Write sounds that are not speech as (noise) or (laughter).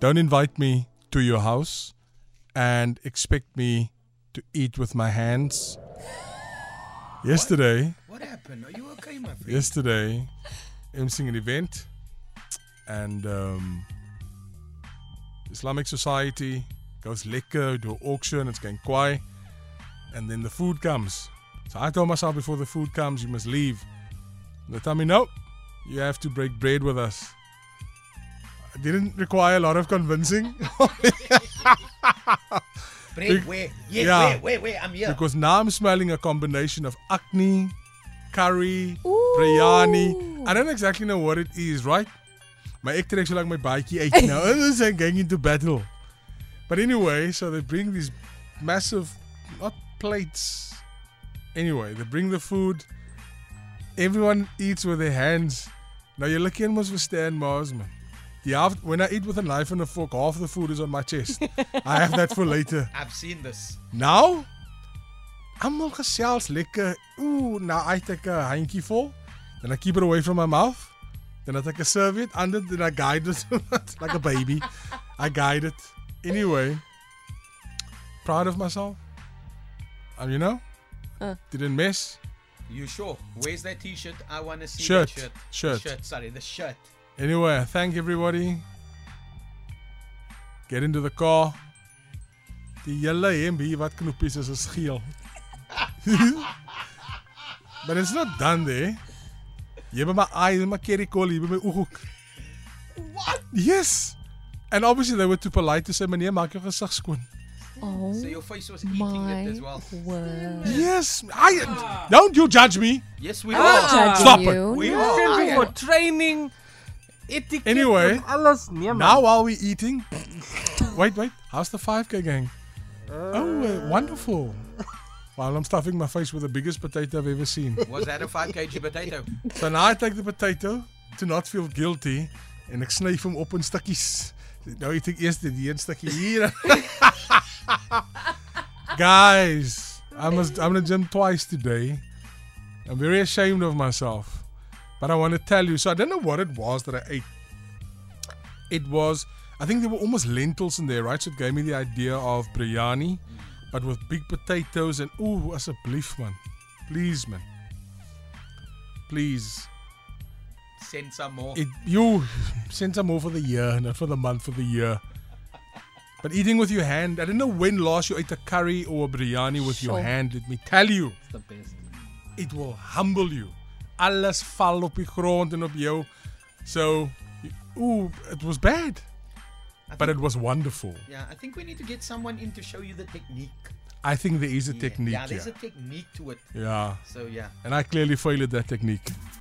Don't invite me to your house and expect me to eat with my hands. Yesterday, What happened? Are you okay, my friend? yesterday, I'm seeing an event, and um, Islamic Society goes lekker to auction. It's going kwai, and then the food comes. So I told myself before the food comes, you must leave. They tell me no, you have to break bread with us. It didn't require a lot of convincing. (laughs) Break, wait, yeah, Yeah. wait, wait, wait, I'm here. Because now I'm smelling a combination of acne, curry, biryani. I don't exactly know what it is, right? My actor actually like my bikey ate now. Others are going into battle. But anyway, so they bring these massive, not plates. Anyway, they bring the food. Everyone eats with their hands. Now you're looking must withstand Mars, man. The half, when I eat with a knife and a fork, half the food is on my chest. I have that for later. I've seen this. Nou, almal gesels lekker. Ooh, nou uit ek 'n handjie vol. Then I keep it away from my mouth. Then I take a serve it under then I guide it (laughs) like a baby. I guide it. Anyway, proud of myself. Um, you know? Didn't miss. You sure? Where's that T-shirt? I want to see Shirt, that shirt. shirt. The shirt. Sorry, the shirt. Anyway, I thank everybody. Get into the car. Die hele hemp hier wat knoppies is is geel. (laughs) But it's not done there. Jy by my eye, by my kerry call, jy by my ooghoek. What? Yes. And obviously they were too polite to say meneer maak jou gesig skoon. Oh So your face was eating my it as well. word! Yes. I Don't you judge me. Yes, we Not Ah! are. judging Stop it. you. We You are. send me I for am. training, etiquette, Anyway, and alles. Nee, man. Now while we eating. wait, wait. How's the 5K gang? oh, uh, wonderful. While I'm stuffing my face with the biggest potato I've ever seen. Was that a 5 kg potato? so now I take the potato to not feel guilty en ek sny hom op in stukkies. Nou eet ek eers die een stukkie hier. (laughs) Guys, I must I'm in the gym twice today. I'm very ashamed of myself. But I want to tell you, so I don't know what it was that I ate. It was, I think there were almost lentils in there, right? So it gave me the idea of biryani, but with big potatoes and ooh, asseblief man. Please man. Please. Send some more. It you send some more for the year, not for the month, for the year. But eating with your hand, I don't know when last you ate a curry or a biryani with your Sure. hand. Let me tell you, the best. it will humble you. Alles val op die grond en op jou. So, ooh, it was bad, I but think, it was wonderful. yeah, I think we need to get someone in to show you the technique. I think there is a Yeah, technique Yeah, there's here. a technique to it. yeah, So yeah. and I clearly failed at that technique.